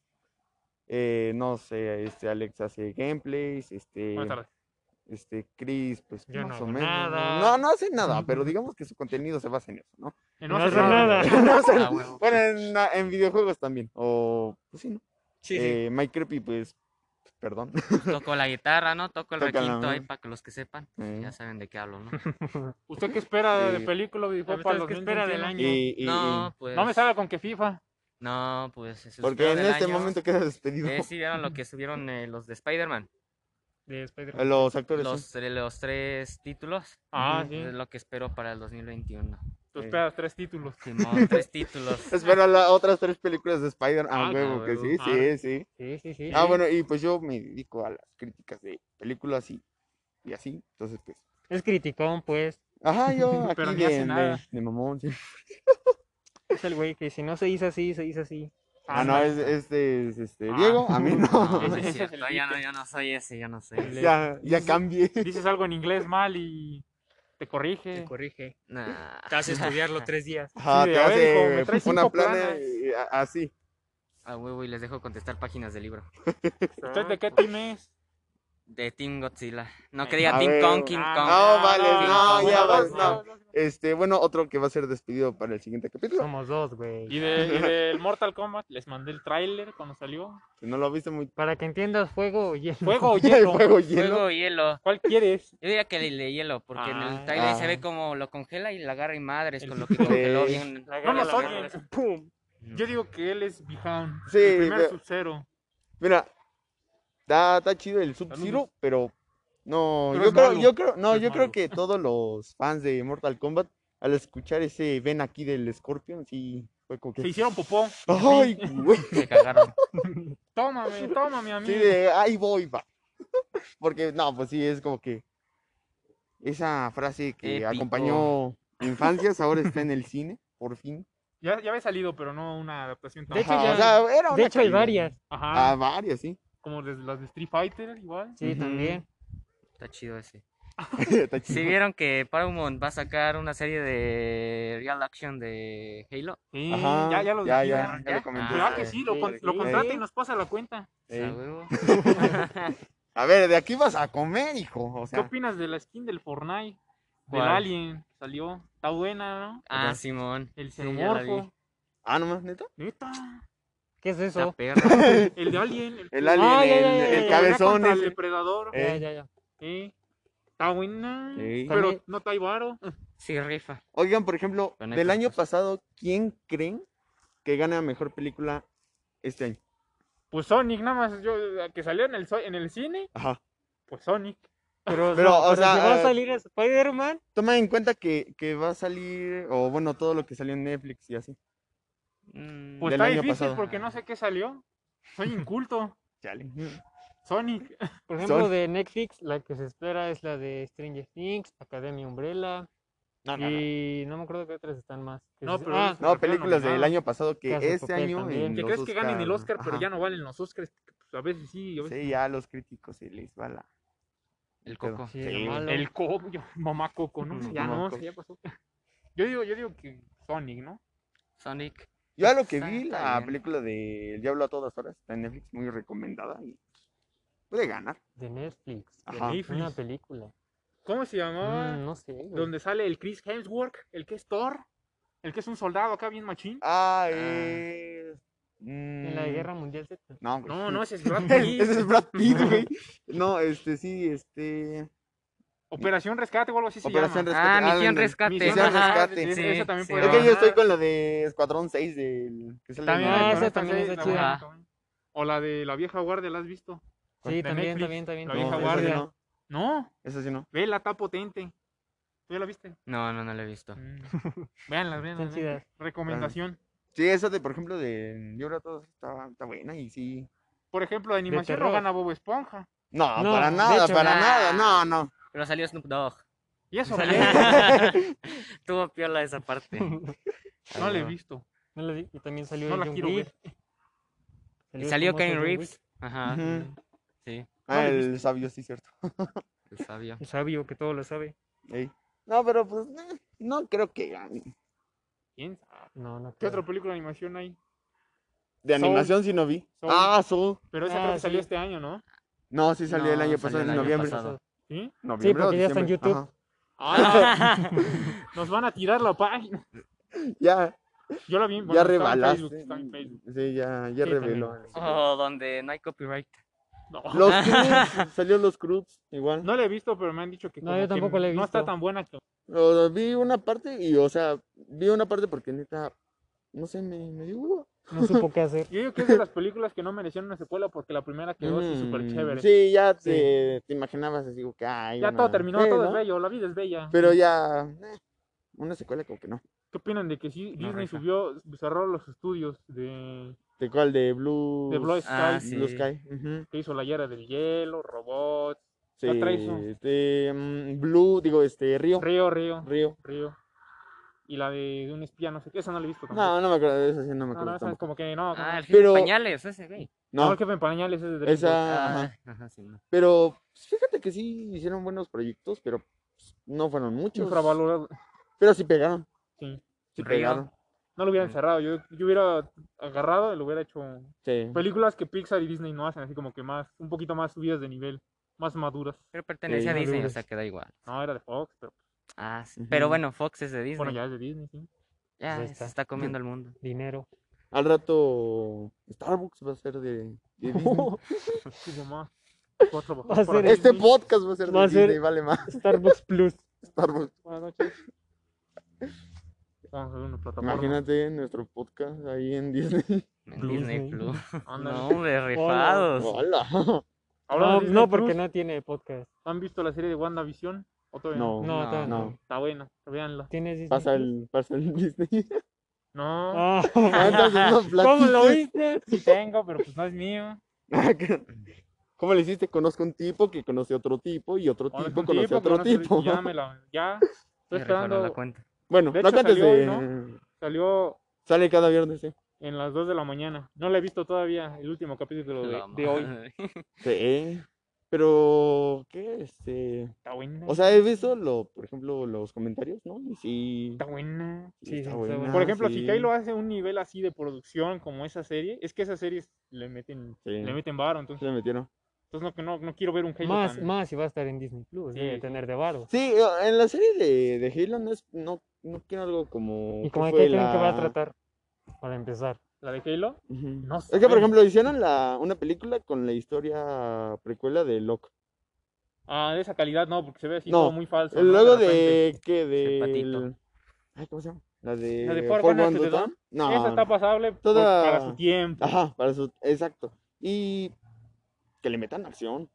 C: eh, no sé, este Alex hace gameplays, este,
A: Buenas tardes.
C: este Chris, pues
D: Yo no
C: más o
D: hago
C: menos.
D: nada.
C: No, no hace nada, pero digamos que su contenido se basa en eso, ¿no?
A: Eh,
D: No
A: hace
D: hace nada.
C: No hace
E: Ah,
C: nada.
E: huevo.
C: Bueno, en, ah, en videojuegos también. O, pues sí, ¿no?
E: Sí,
C: Eh, Mike Creepy, pues, perdón.
E: Toco la guitarra, ¿no? Toco el
C: Toca la-
E: requinto ahí para que los que sepan,
C: Eh,
E: ya saben de qué hablo, ¿no?
A: ¿Usted qué espera de
C: Sí.
A: película o videojuego para
D: ¿Ustedes qué esperan del
A: 2021?
D: año?
C: y, y-
E: No, pues.
A: No me salga con que FIFA.
E: No, pues. eso es
C: porque
E: peor
C: en
E: del
C: este
E: año.
C: momento queda despedido.
E: Eh, sí, vieron lo que subieron eh, los de Spider-Man.
D: De Spider-Man.
C: Los actores. sí.
E: Los, eh, los tres títulos.
A: Ah,
E: Eso Es
A: sí.
E: lo que espero para el 2021.
A: Tú
C: Sí.
A: esperas tres títulos.
E: Simón, tres títulos.
C: Espero las otras tres películas de Spider-Man. Ah,
A: Ah,
C: huevo, que
E: huevo.
C: sí, sí, sí.
D: Sí, sí, sí.
C: Ah, bueno, y pues yo me dedico a las críticas de películas y, y así. Entonces, pues.
D: Es criticón, pues.
C: Ajá, yo aquí
A: Pero ni
C: de,
A: hace
C: de-
A: nada.
C: de mamón. sí.
D: Es el güey que si no se hizo así, se hizo así.
C: Ah, no, es, este, es este,
A: Ah.
C: Diego, a mí no.
E: No, no
A: Ese
E: es
A: es el
E: cierto, yo no, yo no soy ese, yo no soy ese.
A: le-
C: ya, ya cambié.
A: Dices algo en inglés mal y te
D: Te
A: corrige.
D: corrige.
E: Nah.
D: Te hace estudiarlo tres días.
C: Ajá,
A: Sí,
C: te
A: a ver, hijo,
C: hace
A: me traes
C: una
A: cinco
C: plana
A: planas.
C: y a- así.
E: A huevo y les dejo contestar páginas del libro.
B: ¿Usted de qué team es?
E: De Team Godzilla. No quería
C: A
E: Team
C: ver,
E: Kong, King
A: ah,
E: Kong.
C: No, vale,
E: King
C: no,
E: Kong.
C: ya
A: no,
C: vas,
A: no,
C: no.
A: no, no.
C: Este, bueno, otro que va a ser despedido para el siguiente capítulo.
D: Somos dos, güey.
B: Y, de, y del Mortal Kombat les mandé el tráiler cuando salió.
C: Si no lo viste muy...
D: Para que entiendas fuego y hielo.
B: Fuego o
C: El
B: hielo.
C: juego hielo.
E: Fuego, hielo.
B: ¿Cuál quieres?
E: Yo diría que el de hielo, porque en
B: Ah.
E: el trailer se
C: Ah.
E: ve como lo congela y la agarra y madres
B: El
E: con lo que
B: futuro.
E: congeló
C: Sí.
E: bien.
D: La
A: No
D: garra
A: nos
D: la
A: oyen.
D: mano.
A: ¡Pum! Yo digo que él es Bihan.
C: Sí,
A: el primer
C: pero-
A: Sub-Zero.
C: Mira, está, está chido el Sub-Zero, pero no,
A: Pero
C: yo
A: es
C: creo,
A: malo,
C: yo creo, no,
A: es
C: yo creo
A: malo.
C: que todos los fans de Mortal Kombat al escuchar ese ven aquí del Scorpion, sí fue como que
A: Se hicieron popó.
C: ay, güey,
E: Se cagaron.
A: Tómame, tómame,
C: sí,
A: amigo.
C: de, ahí voy, va. Porque no, pues sí es como que esa frase que
E: Épico.
C: acompañó infancias ahora está en el cine, por fin.
A: Ya, ya había salido, pero no una adaptación tan
D: De hecho,
C: Ajá,
D: ya-
C: o sea, era
D: De
C: una
D: hecho, hay
C: calidad.
D: varias.
A: Ajá,
C: Ah, varias, sí.
A: como desde las de Street Fighter, igual.
D: Sí,
C: Ujú.
D: también.
E: Está chido ese.
C: Está
E: Si
C: chido.
E: vieron que Paramount va a sacar una serie de real action de Halo,
A: Sí,
C: Ajá,
A: ya, ya lo
C: ya,
A: dijimos.
C: ya, ya lo comenté.
A: ¿Verdad que sí? Lo,
D: Ah, Sí,
A: con-
D: sí.
A: lo contrata y nos pasa la cuenta.
E: o sea, huevo.
C: A ver, de aquí vas a comer, hijo. O
A: ¿Qué
C: sea,
A: opinas de la skin del Fortnite? Del
E: ¿Cuál?
A: Alien, salió. Está buena, ¿no?
E: Ah, Simón.
A: El
E: Sí, ya la vi.
A: xenomorfo.
C: ah, nomás, neta.
A: Neta.
D: ¿Qué es
E: Está
D: eso?
E: perra.
A: El de Alien. El,
C: El alien,
D: Ay, ay,
C: el,
D: ay,
C: el
D: ay,
A: que
D: ay,
C: cabezón.
A: pelea contra El
C: ese.
A: depredador.
C: Eh.
D: Ya, ya, ya.
A: Sí. Está buena.
C: Sí.
A: Pero
D: También-
A: no está varo.
E: Sí, rifa.
C: Oigan, por ejemplo,
E: Con
C: del
E: estas
C: año
E: cosas.
C: pasado, ¿quién creen que gana mejor película este año?
A: Pues Sonic, nada más. Yo, que salió en el, so- en el cine,
C: Ajá.
A: pues Sonic.
D: Pero,
C: Pero,
D: no,
C: o
D: pero
C: sea,
D: si va a
C: eh,
D: salir Spider-Man,
C: Toma en cuenta que, que va a salir, o bueno, todo lo que salió en Netflix y así.
E: Mm,
A: Pues
C: Del
A: está
C: año
A: difícil
C: pasado.
A: porque no sé qué salió. Soy inculto.
C: Chale.
A: Sonic.
D: por ejemplo,
C: Son-
D: de Netflix, la que se espera es la de Stranger Things, Academia Umbrella,
C: Ah, No, no, no.
D: y no me acuerdo qué otras están más. que
A: No,
D: se-
A: pero
D: ah,
A: es-
C: No, películas del
A: nominadas.
C: año pasado que
D: Casa de
C: este
D: Papel
C: año.
D: también.
C: en
A: Que
C: los
A: crees que ganen el Oscar, pero
C: ajá.
A: ya no valen los Oscars. pues, a veces sí, a veces
C: Sí, ya los críticos se les va la.
E: el
C: pedo.
E: coco.
D: sí,
C: Sí,
D: lo
C: güey.
D: malo.
A: El coco, yo- mamá coco, ¿no?
C: Ujú,
A: Ya
C: mamá
A: no,
C: coco.
A: sí, ya pasó. Yo digo, yo digo que Sonic, ¿no?
E: Sonic.
C: Yo a lo que
E: Está-
C: vi,
E: está
C: la
E: bien.
C: película de El Diablo a todas horas está en Netflix, muy recomendada y puede ganar.
D: de Netflix.
C: Ajá.
A: Netflix.
D: Una película.
A: ¿Cómo se llamaba?
D: Mm, no sé. güey.
A: Donde sale el Chris Hemsworth, el que es Thor, el que es un soldado acá bien machín.
C: Ah,
E: Ah.
C: eh.
D: En la
C: mm,
D: Guerra Mundial Z.
C: No, güey.
A: No, no, ese es Brad Pitt.
C: Ah, Ese es Brad Pitt, güey. No, este sí, este.
A: Operación Rescate o algo así
C: Operación
A: se llama.
C: Rescate.
E: Ah,
C: ah,
E: Misión
C: en-
E: Rescate.
A: Misión
E: ajá.
C: Rescate.
A: Es-
E: Sí,
A: esa también
E: sí,
A: puede
C: Es
E: va.
C: que yo estoy
A: ganar.
C: con la de Escuadrón 6 del. Que sale
D: También,
C: en
D: ah,
C: el-
D: esa también
A: está
D: está
A: chida.
E: chida.
A: Ajá. O la de la vieja guardia, ¿la has visto?
D: Sí,
A: de
D: también,
A: Netflix,
D: también, también.
A: la
D: también,
A: vieja
D: esa
A: guardia.
D: ya-
C: No,
A: No,
C: esa sí no.
A: vela, está potente. ¿Tú ya la viste?
E: No, no, no lo he visto.
D: Mm.
A: Veanla,
D: Están
A: veanla.
D: chidas.
A: Recomendación.
C: Sí, esa de, por ejemplo, de Yo a todos está, está buena y sí.
A: Por ejemplo, de animación no
D: terror.
A: gana Bob Esponja.
C: No,
D: No,
C: para
D: de
C: nada,
D: hecho,
C: para
E: nah.
C: nada, no, no.
E: Pero salió Snoop Dogg.
A: ¿Y eso
D: Sale-
A: qué?
E: Tuvo piola esa parte.
A: No la he visto.
D: No la vi, Y también salió
A: No la
D: John
A: quiero
D: Wick.
A: ver.
E: Y salió
D: famoso
E: Kane
D: John
E: Reeves.
D: Wick,
E: Ajá.
C: Ujú.
E: Sí,
C: Ah,
A: No,
C: el sabio, sí, cierto.
E: el sabio.
D: El sabio que todo lo sabe.
C: Ey. No, pero pues, eh, no creo que ah, gane.
A: ¿Quién sabe?
D: No, no.
A: ¿Qué
D: creo.
A: otra película de animación hay?
C: De
A: Soul.
C: animación sí no vi.
A: Soul.
C: Ah, Soul.
A: Pero esa
D: Ah,
A: creo que salió
D: sí.
A: este año, ¿no?
C: No, sí salió el
E: No,
C: año
E: salió
C: pasado,
E: el
C: en
E: año
C: noviembre.
E: pasado.
A: ¿Sí?
C: Noviembre o
D: porque ya está en
C: diciembre,
D: YouTube.
C: ajá.
D: Ah.
A: Nos van a tirar la página.
C: Ya,
A: Yo la vi. bueno,
C: ya
A: estaba en
C: rebalaste.
A: Facebook, estaba en Facebook.
C: Sí, ya, ya
D: Sí,
C: reveló.
E: Oh, donde no hay copyright.
A: No,
C: Los Croods, salió los Croods, igual.
A: no la he visto, pero me han dicho que
D: No,
A: como
D: yo
A: que
D: tampoco la he
A: no está
D: visto.
A: tan buena que...
C: O- vi una parte y, o sea, vi una parte porque neta, no sé, me, me dio hueva.
D: No supo qué hacer.
A: Yo digo que es de las películas que no merecieron una secuela porque la primera quedó así súper
C: Mm,
A: chévere.
C: Sí, ya
D: Sí.
C: te, te imaginabas así, como que, ay,
A: ya
C: una-
A: todo terminó,
C: sí,
A: todo es
C: ¿no?
A: bello, la vida es bella.
C: Pero ya, eh, una secuela como que no.
A: ¿Qué opinan de que sí,
E: No,
A: Disney
E: rifa.
A: subió, cerró los estudios de,
C: ¿De cuál? De Blue,
A: de Blue Sky?
E: Ah, sí.
C: Blue Sky. ujú.
A: Que hizo la guerra del hielo, robot,
C: Sí,
A: Ya traes un-
C: este, mm, Blue, digo, este, Río.
A: río, río,
C: Río.
A: río. Y la de, de un espía, no sé qué, esa no la he visto tampoco.
C: No, no me acuerdo de eso, sí, no
A: No,
C: me acuerdo
A: no, esa es
C: tampoco.
A: como que no. como-
E: Ah, el
C: Pero-
E: Pero... pañales, ese güey.
A: no,
C: No,
A: el jefe en pañales es de Dreamworks.
C: esa, ajá.
E: Ah, ajá, sí, no.
C: Pero pues, fíjate que sí hicieron buenos proyectos, pero pues, no fueron muchos.
A: Infravalorado.
C: Pero sí pegaron.
A: Sí.
C: Sí
E: Río.
C: pegaron.
A: No lo hubieran
E: Mm.
A: cerrado. Yo, yo hubiera agarrado y lo hubiera hecho.
D: Sí.
A: Películas que Pixar y Disney no hacen, así como que más, un poquito más subidas de nivel, más maduras.
E: Pero pertenece a
D: no
E: Disney, o
D: dudes.
E: sea, que da igual.
A: No, era de Fox, pero
E: Ah, sí.
C: Ujú.
E: Pero bueno, Fox es de Disney.
A: bueno, ya es de Disney, sí.
E: ya
D: ahí
E: se
D: está.
E: está comiendo el mundo.
D: Dinero.
C: Al rato Starbucks va a ser de, de Disney.
A: Tu mamá. Cuatro bajos
D: Va
A: para
D: a ser
A: Disney.
C: Este podcast va a ser de
D: Va a ser-
C: Disney, vale más
D: Starbucks Plus.
C: Starbucks.
A: Buenas noches. Vamos a ver una plataforma.
C: Imagínate nuestro podcast ahí en Disney.
E: En
D: Plus,
E: Disney
D: ¿no?
E: Plus.
A: Ándale.
E: No, hombre, rifados.
C: Hola.
A: Hablando
D: No,
A: de
D: no,
A: Disney
D: porque
A: Plus,
D: no tiene podcast.
A: ¿Han visto la serie de WandaVision? ¿O todavía
D: No,
C: No,
E: No,
D: todavía no.
C: no.
A: Está buena, véanla.
D: Tienes Disney
C: Pasa
D: Plus?
C: el, pasa el Disney.
A: No,
D: Ah,
C: Ah, entonces no
D: ¿Cómo lo
C: platiques.
D: viste?
B: Sí tengo, pero pues no es mío.
C: Ah, que- ¿Cómo le hiciste? Conozco un tipo que conoce a otro tipo y otro
A: Ahora es
C: tipo
A: un
C: conoce a
A: tipo que
C: otro
A: no sé-
C: tipo.
A: Ya, me la- ya.
E: Me
A: Estoy
E: rifaron la
A: esperando.
E: cuenta.
C: Bueno,
A: De
C: no
A: hecho,
C: cantes
A: salió hoy,
C: de-
A: Salió
C: Sale cada viernes, sí.
A: en las 2 de la mañana. No la he visto todavía el último capítulo de,
E: La
A: de hoy.
E: madre.
C: Sí. Pero, ¿qué? Este...
A: Está buena.
C: O sea, he visto, lo, por ejemplo, los comentarios, ¿no? Y sí.
A: está buena.
D: sí,
C: está
D: sí,
C: buena,
D: bueno.
A: Por ejemplo, si
C: ah, sí.
A: Kylo hace un nivel así de producción como esa serie, es que esas series le meten,
C: Sí.
A: le meten varo, entonces,
C: Se le metieron.
A: entonces no, no, no quiero ver un Halo
D: Más,
A: tan-
D: más si va a estar en Disney Plus.
A: Sí,
D: debe
A: sí.
D: tener de varo.
C: Sí, eh, en la serie de, de Halo no, es, no, no quiero algo como. que
D: ¿Y cómo de
C: fue
D: qué creen que va a
C: la-
D: tratar? Para empezar.
A: La de Halo,
C: Ujú.
A: No
C: Es que,
A: sé.
C: por ejemplo, hicieron la, una película con la historia precuela de Locke.
A: ah, de esa calidad no, porque se ve así
C: No,
A: todo muy falso.
C: El
A: ¿no?
C: logo
A: repente.
C: Eh, de. ¿Qué?
E: El patito.
C: De. Ay, ¿cómo se llama? La de.
A: La de Fort
C: Fort
A: One to
C: One
A: the
C: to
A: Dawn.
C: Dawn. No.
A: Esa está pasable por-
C: Toda-
A: para su tiempo.
C: Ajá, para su. Exacto. Y. Que le metan acción.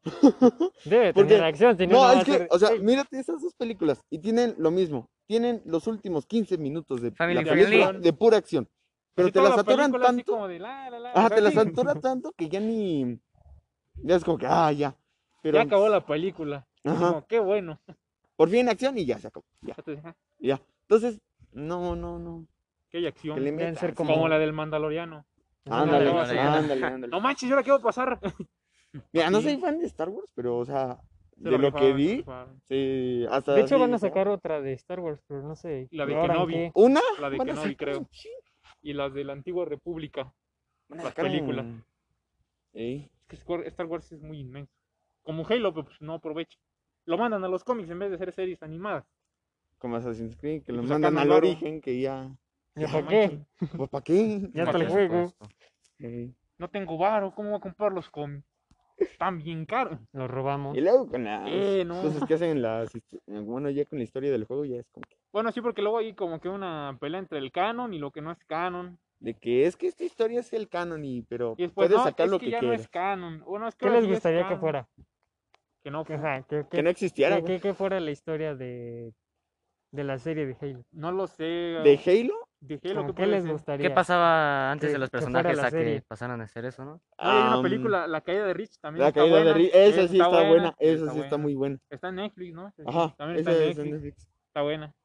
D: Debe
C: Porque-
D: tener acción. Si no,
C: No,
D: no va
C: es
D: a
C: que,
D: ser-
C: o sea, mírate esas dos películas y tienen lo mismo. Tienen los últimos 15 minutos de,
E: Family
C: la
A: Friendly.
C: película de pura acción. Pero
A: Así
C: te
A: toda
C: las
A: la
C: atoran
A: película así
C: tanto.
A: como de la, la, la,
C: Ajá,
A: o sea,
C: te las
A: sí,
C: atoran tanto que ya ni. Ya es como que, ah, ya. Pero,
A: Ya acabó la película.
C: Ajá.
A: Como, qué bueno.
C: Por fin acción y ya se acabó. Ya,
A: Ya te dije, ah,
C: ya. Entonces, no, no, no.
A: Que hay
C: Que
A: acción.
C: le
D: Deben
C: metan.
D: ser
A: Como
D: como-
A: la del Mandaloriano.
C: Ándale,
E: Ándale,
C: ándale,
E: ándale.
C: ándale, ándale.
A: No manches, yo la quiero pasar.
C: Mira, no
A: Sí.
C: soy fan de Star Wars, pero, o sea,
A: Se
C: de lo que
A: rifaron, se
C: vi,
A: rifaron.
C: sí, hasta...
D: De hecho,
C: así,
D: van a
C: o sea,
D: sacar otra de Star Wars, pero no sé.
A: La de
D: ahora en
A: Kenobi.
D: qué.
C: ¿Una?
A: La de
C: Van a
A: Kenobi,
C: sacar un
A: creo.
C: chingo,
A: Y las de la antigua república.
C: van a
A: Las
C: sacar un-
A: películas.
C: Sí.
A: Es que Scar- Star Wars es muy inmenso. Como Halo, pero pues no aprovecha. Lo mandan a los cómics en vez de hacer series animadas.
C: Como Assassin's Creed, que lo
A: pues
C: mandan
A: sacan
C: al
A: el varo.
C: origen, que ya...
D: ¿Ya
A: No
D: para
A: manches,
D: qué?
C: Pues, ¿para qué?
D: Ya está
A: Por
D: el juego.
C: Sí.
A: No tengo varo, ¿cómo voy a comprar los cómics? Están bien caros.
D: Lo robamos.
C: Y luego con las
A: Eh, no.
C: cosas que hacen en las... histo- Bueno, ya con la historia del juego ya es como que...
A: Bueno, sí, porque luego hay como que una pelea entre el canon y lo que no es canon.
C: De que es que esta historia es el canon y... Pero
A: Y después,
C: puedes
A: no,
C: sacar
A: es
C: lo
A: que,
C: que
A: ya no
C: quieras.
A: es canon. Bueno, es que
D: ¿Qué
A: ahora
D: les
A: sí es
D: gustaría que
A: canon.
D: fuera?
A: Que no,
D: Que,
A: pues,
D: ajá, que-
C: Que no
D: que-
C: existiera,
D: que-
C: güey.
D: que- que fuera la historia de, de la serie de Halo?
A: no lo sé. eh,
C: ¿De Halo?
A: de
D: Como,
A: Halo, ¿qué
D: ¿Qué les
A: gusta?
D: gustaría?
E: ¿Qué pasaba antes
D: Que-
E: de los
D: que fuera
E: personajes
D: la
E: a
D: serie.
E: que pasaron a hacer eso, no?
A: Ah, hay una
C: Am,
A: película, La Caída de Rich, también
C: La
A: está
C: caída
A: buena.
C: de Ri- Esa sí está buena,
A: esa
C: esa sí está
A: buena.
C: muy buena.
A: Está en Netflix, ¿no? Sí,
C: Ajá,
A: También está
C: esa
A: en
C: es en
A: Netflix,
C: Netflix.
A: está buena.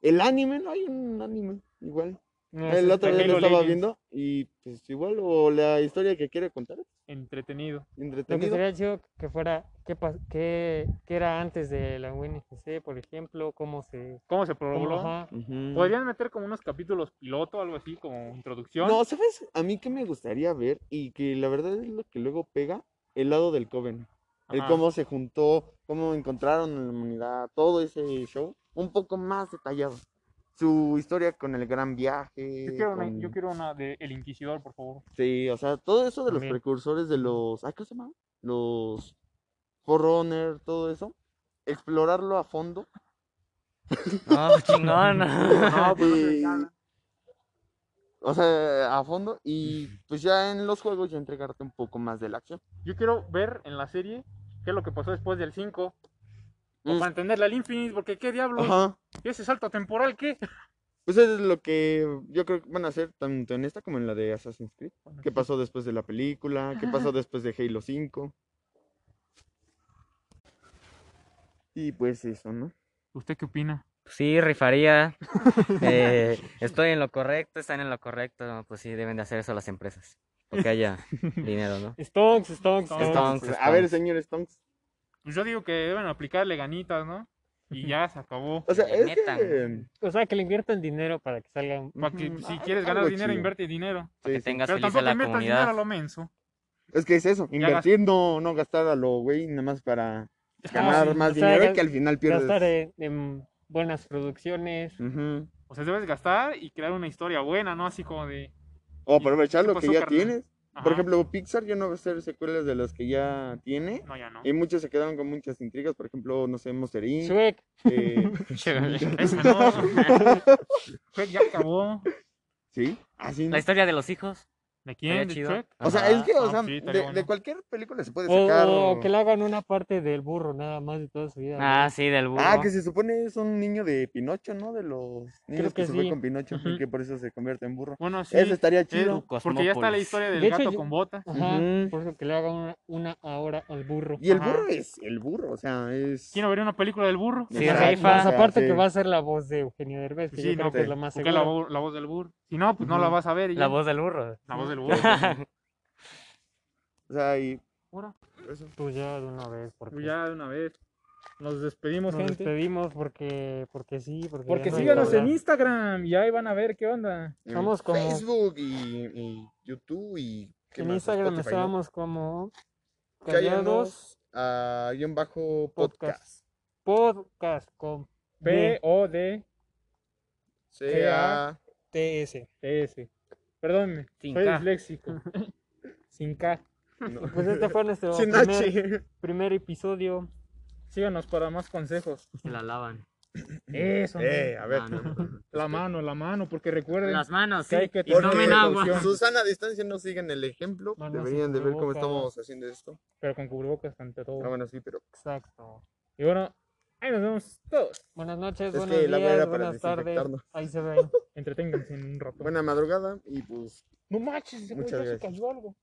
C: El anime, no hay un anime igual.
D: No,
A: Ah,
D: este, eso
C: El otro
D: está-
C: día
A: Halo
C: lo estaba
A: Legends.
C: viendo y pues igual o la historia que quiere contar,
A: Entretenido.
D: Lo que
C: entretenido.
D: sería chido que fuera, ¿qué, pas- qué, qué era antes de la UNGC, por ejemplo? ¿Cómo se...?
A: ¿Cómo se
D: cómo-
A: probó?
D: ajá,
C: Ujú.
A: Podrían meter como unos capítulos piloto, algo así, como introducción.
C: No, ¿sabes? A mí que me gustaría ver y que la verdad es lo que luego pega el lado del Coven. El
A: Ajá.
C: cómo se juntó, cómo encontraron a la humanidad, todo ese show un poco más detallado. Su historia con el gran viaje,
A: Yo quiero, una,
C: con-
A: yo quiero una de El Inquisidor, por favor.
C: Sí, o sea, todo eso de los
D: También.
C: precursores de los. ¿Ah, qué se llama? Los. Forerunner, todo eso. Explorarlo a fondo.
E: No, chingón.
A: No, pues no se
C: Y-
A: gana.
C: O sea, a fondo. Y pues ya en los juegos ya entregarte un poco más de la acción.
A: Yo quiero ver en la serie qué es lo que pasó después del 5. o
C: Mm.
A: Para entenderla al Infinite, porque qué diablos.
C: Ajá.
A: ¿Y ese salto temporal qué?
C: Pues eso es lo que yo creo que van a hacer tanto en esta como en la de Assassin's Creed. ¿Qué pasó después de la película? ¿Qué pasó después de Halo 5? Y pues eso, ¿no?
A: ¿Usted qué opina?
E: Sí, rifaría. Eh, estoy en lo correcto, están en lo correcto. Pues sí, deben de hacer eso las empresas. Porque haya dinero, ¿no?
D: Stonks, Stonks,
A: Stonks.
D: Stonks.
E: Stonks,
C: A ver,
E: Stonks.
C: señor Stonks.
A: Pues yo digo que deben aplicarle ganitas, ¿no? Y ya se acabó.
C: O sea,
E: La
C: es
E: neta,
C: que...
E: güey.
D: O sea, que le inviertan dinero para que salga.
A: Para que
C: Ujú,
A: si
C: al-
A: quieres ganar
C: algo
A: dinero,
C: chido.
A: invierte dinero.
C: Sí,
E: que
C: sí.
E: tengas
A: Pero
E: feliz
A: tampoco
E: a
A: te
E: la
A: metas dinero a
E: comunidad.
A: lo menso.
C: Es que es eso,
A: Ya gast- Ah,
C: invirtiendo, no gastar a lo güey, nada más para ganar
D: sí,
C: más
D: o sea,
C: dinero
D: gas-
C: y que al final pierdes.
D: Gastar en, en buenas producciones.
C: Ujú.
A: O sea, debes gastar y crear una historia buena, ¿no? Así como de.
C: O aprovechar
A: ¿Qué
C: lo que
A: pasó,
C: ya
A: carnal?
C: tienes.
A: ajá,
C: Por ejemplo, Pixar ya no va a hacer secuelas de las que ya tiene.
A: No, ya no.
C: Y muchos se quedaron con muchas intrigas. Por ejemplo, no sé, Monster Inc.
D: Shrek.
C: eh,
A: Esa no. Shrek ya acabó.
C: sí, así.
E: La historia de los hijos.
A: ¿De
E: Estaría
A: quién? ¿De
E: chido.
A: Shrek?
C: O sea,
E: Ajá.
C: es que, o
A: Ah,
C: sea,
A: sí,
C: de,
A: estaría bueno. Oh,
C: de cualquier película se puede
D: O,
C: sacar.
D: o que le hagan una parte del burro nada más de toda su vida.
E: Ah, sí, del burro.
C: Ah, que se supone es un niño de Pinocho, ¿no? De los niños que,
D: que
C: se fue
D: sí.
C: con Pinocho
A: Ujú.
C: y que por eso se convierte en burro.
A: Bueno, sí.
C: Eso estaría
E: Tu
C: chido.
A: Porque ya está la
E: Cosmópolis.
A: historia del
D: De hecho,
A: gato
D: yo-
A: con bota.
D: Ajá,
C: Ujú.
D: Por eso que le hagan una, una ahora al burro.
C: Y el
A: Ajá.
C: burro es el burro, o sea, es...
A: Quiero ver una película del burro.
E: Sí,
D: Más-
E: Rafa.
D: más
C: O sea,
D: aparte
C: sí.
D: que va a ser la voz de Eugenio Derbez, que
A: Sí,
D: yo creo
A: no,
D: que es lo más
A: Porque es la,
D: seguro.
A: vo- la voz del burro. Si no, pues no la
C: Ujú.
A: vas a ver. y ya.
E: La voz del burro.
A: La voz del pues, burro.
C: O sea, y...
A: Ahora,
C: eso.
D: Pues ya de una vez, porque
A: pues ya de una vez. Nos despedimos,
D: nos
A: gente.
D: despedimos porque, porque sí, porque, ya
A: Porque
D: no hay
A: síganos
D: para
A: en
D: hablar.
A: Instagram y ahí van a ver qué onda.
C: En
D: Somos como-
C: Facebook y, y YouTube y... ¿qué
D: En
C: más?
D: Instagram
C: Spotify, ¿no?
D: estábamos como Callados
C: Cállanos, ah, guión bajo
D: Podcast.
C: podcast.
D: Podcast con
A: p o d
C: Sea...
D: TS.
A: s Perdónme,
E: Sin
A: soy
E: K.
A: disléxico. Sin K.
C: no.
D: Pues este fue nuestro
C: Sin
D: primer,
C: H.
D: primer episodio.
A: Síganos para más consejos.
E: Se la lavan.
A: Eso.
C: Eh, a ver.
E: Ah, No, no, no.
A: La mano, la mano, porque recuerden.
E: Las manos,
A: Que
E: sí.
A: hay que
E: y
A: tener
E: tomen agua.
A: precaución.
C: Susana a distancia no sigan el ejemplo.
D: No, no,
C: Deberían
D: sin
C: de ver cómo
D: cubrebocas.
C: estamos haciendo esto.
A: Pero con cubrebocas ante todo.
C: Ah, bueno, sí, pero...
D: Exacto.
A: Y bueno, ahí nos vemos todos.
D: Buenas noches,
C: Es
D: Pues buenos
C: que el agua
D: días,
C: era para
D: buenas tardes.
C: desinfectarnos.
D: Ahí se ven.
A: Entreténganse en un rato.
C: Buena madrugada y pues...
A: no manches, ese güey
C: Muchas
A: ya se
C: gracias.
A: cayó algo.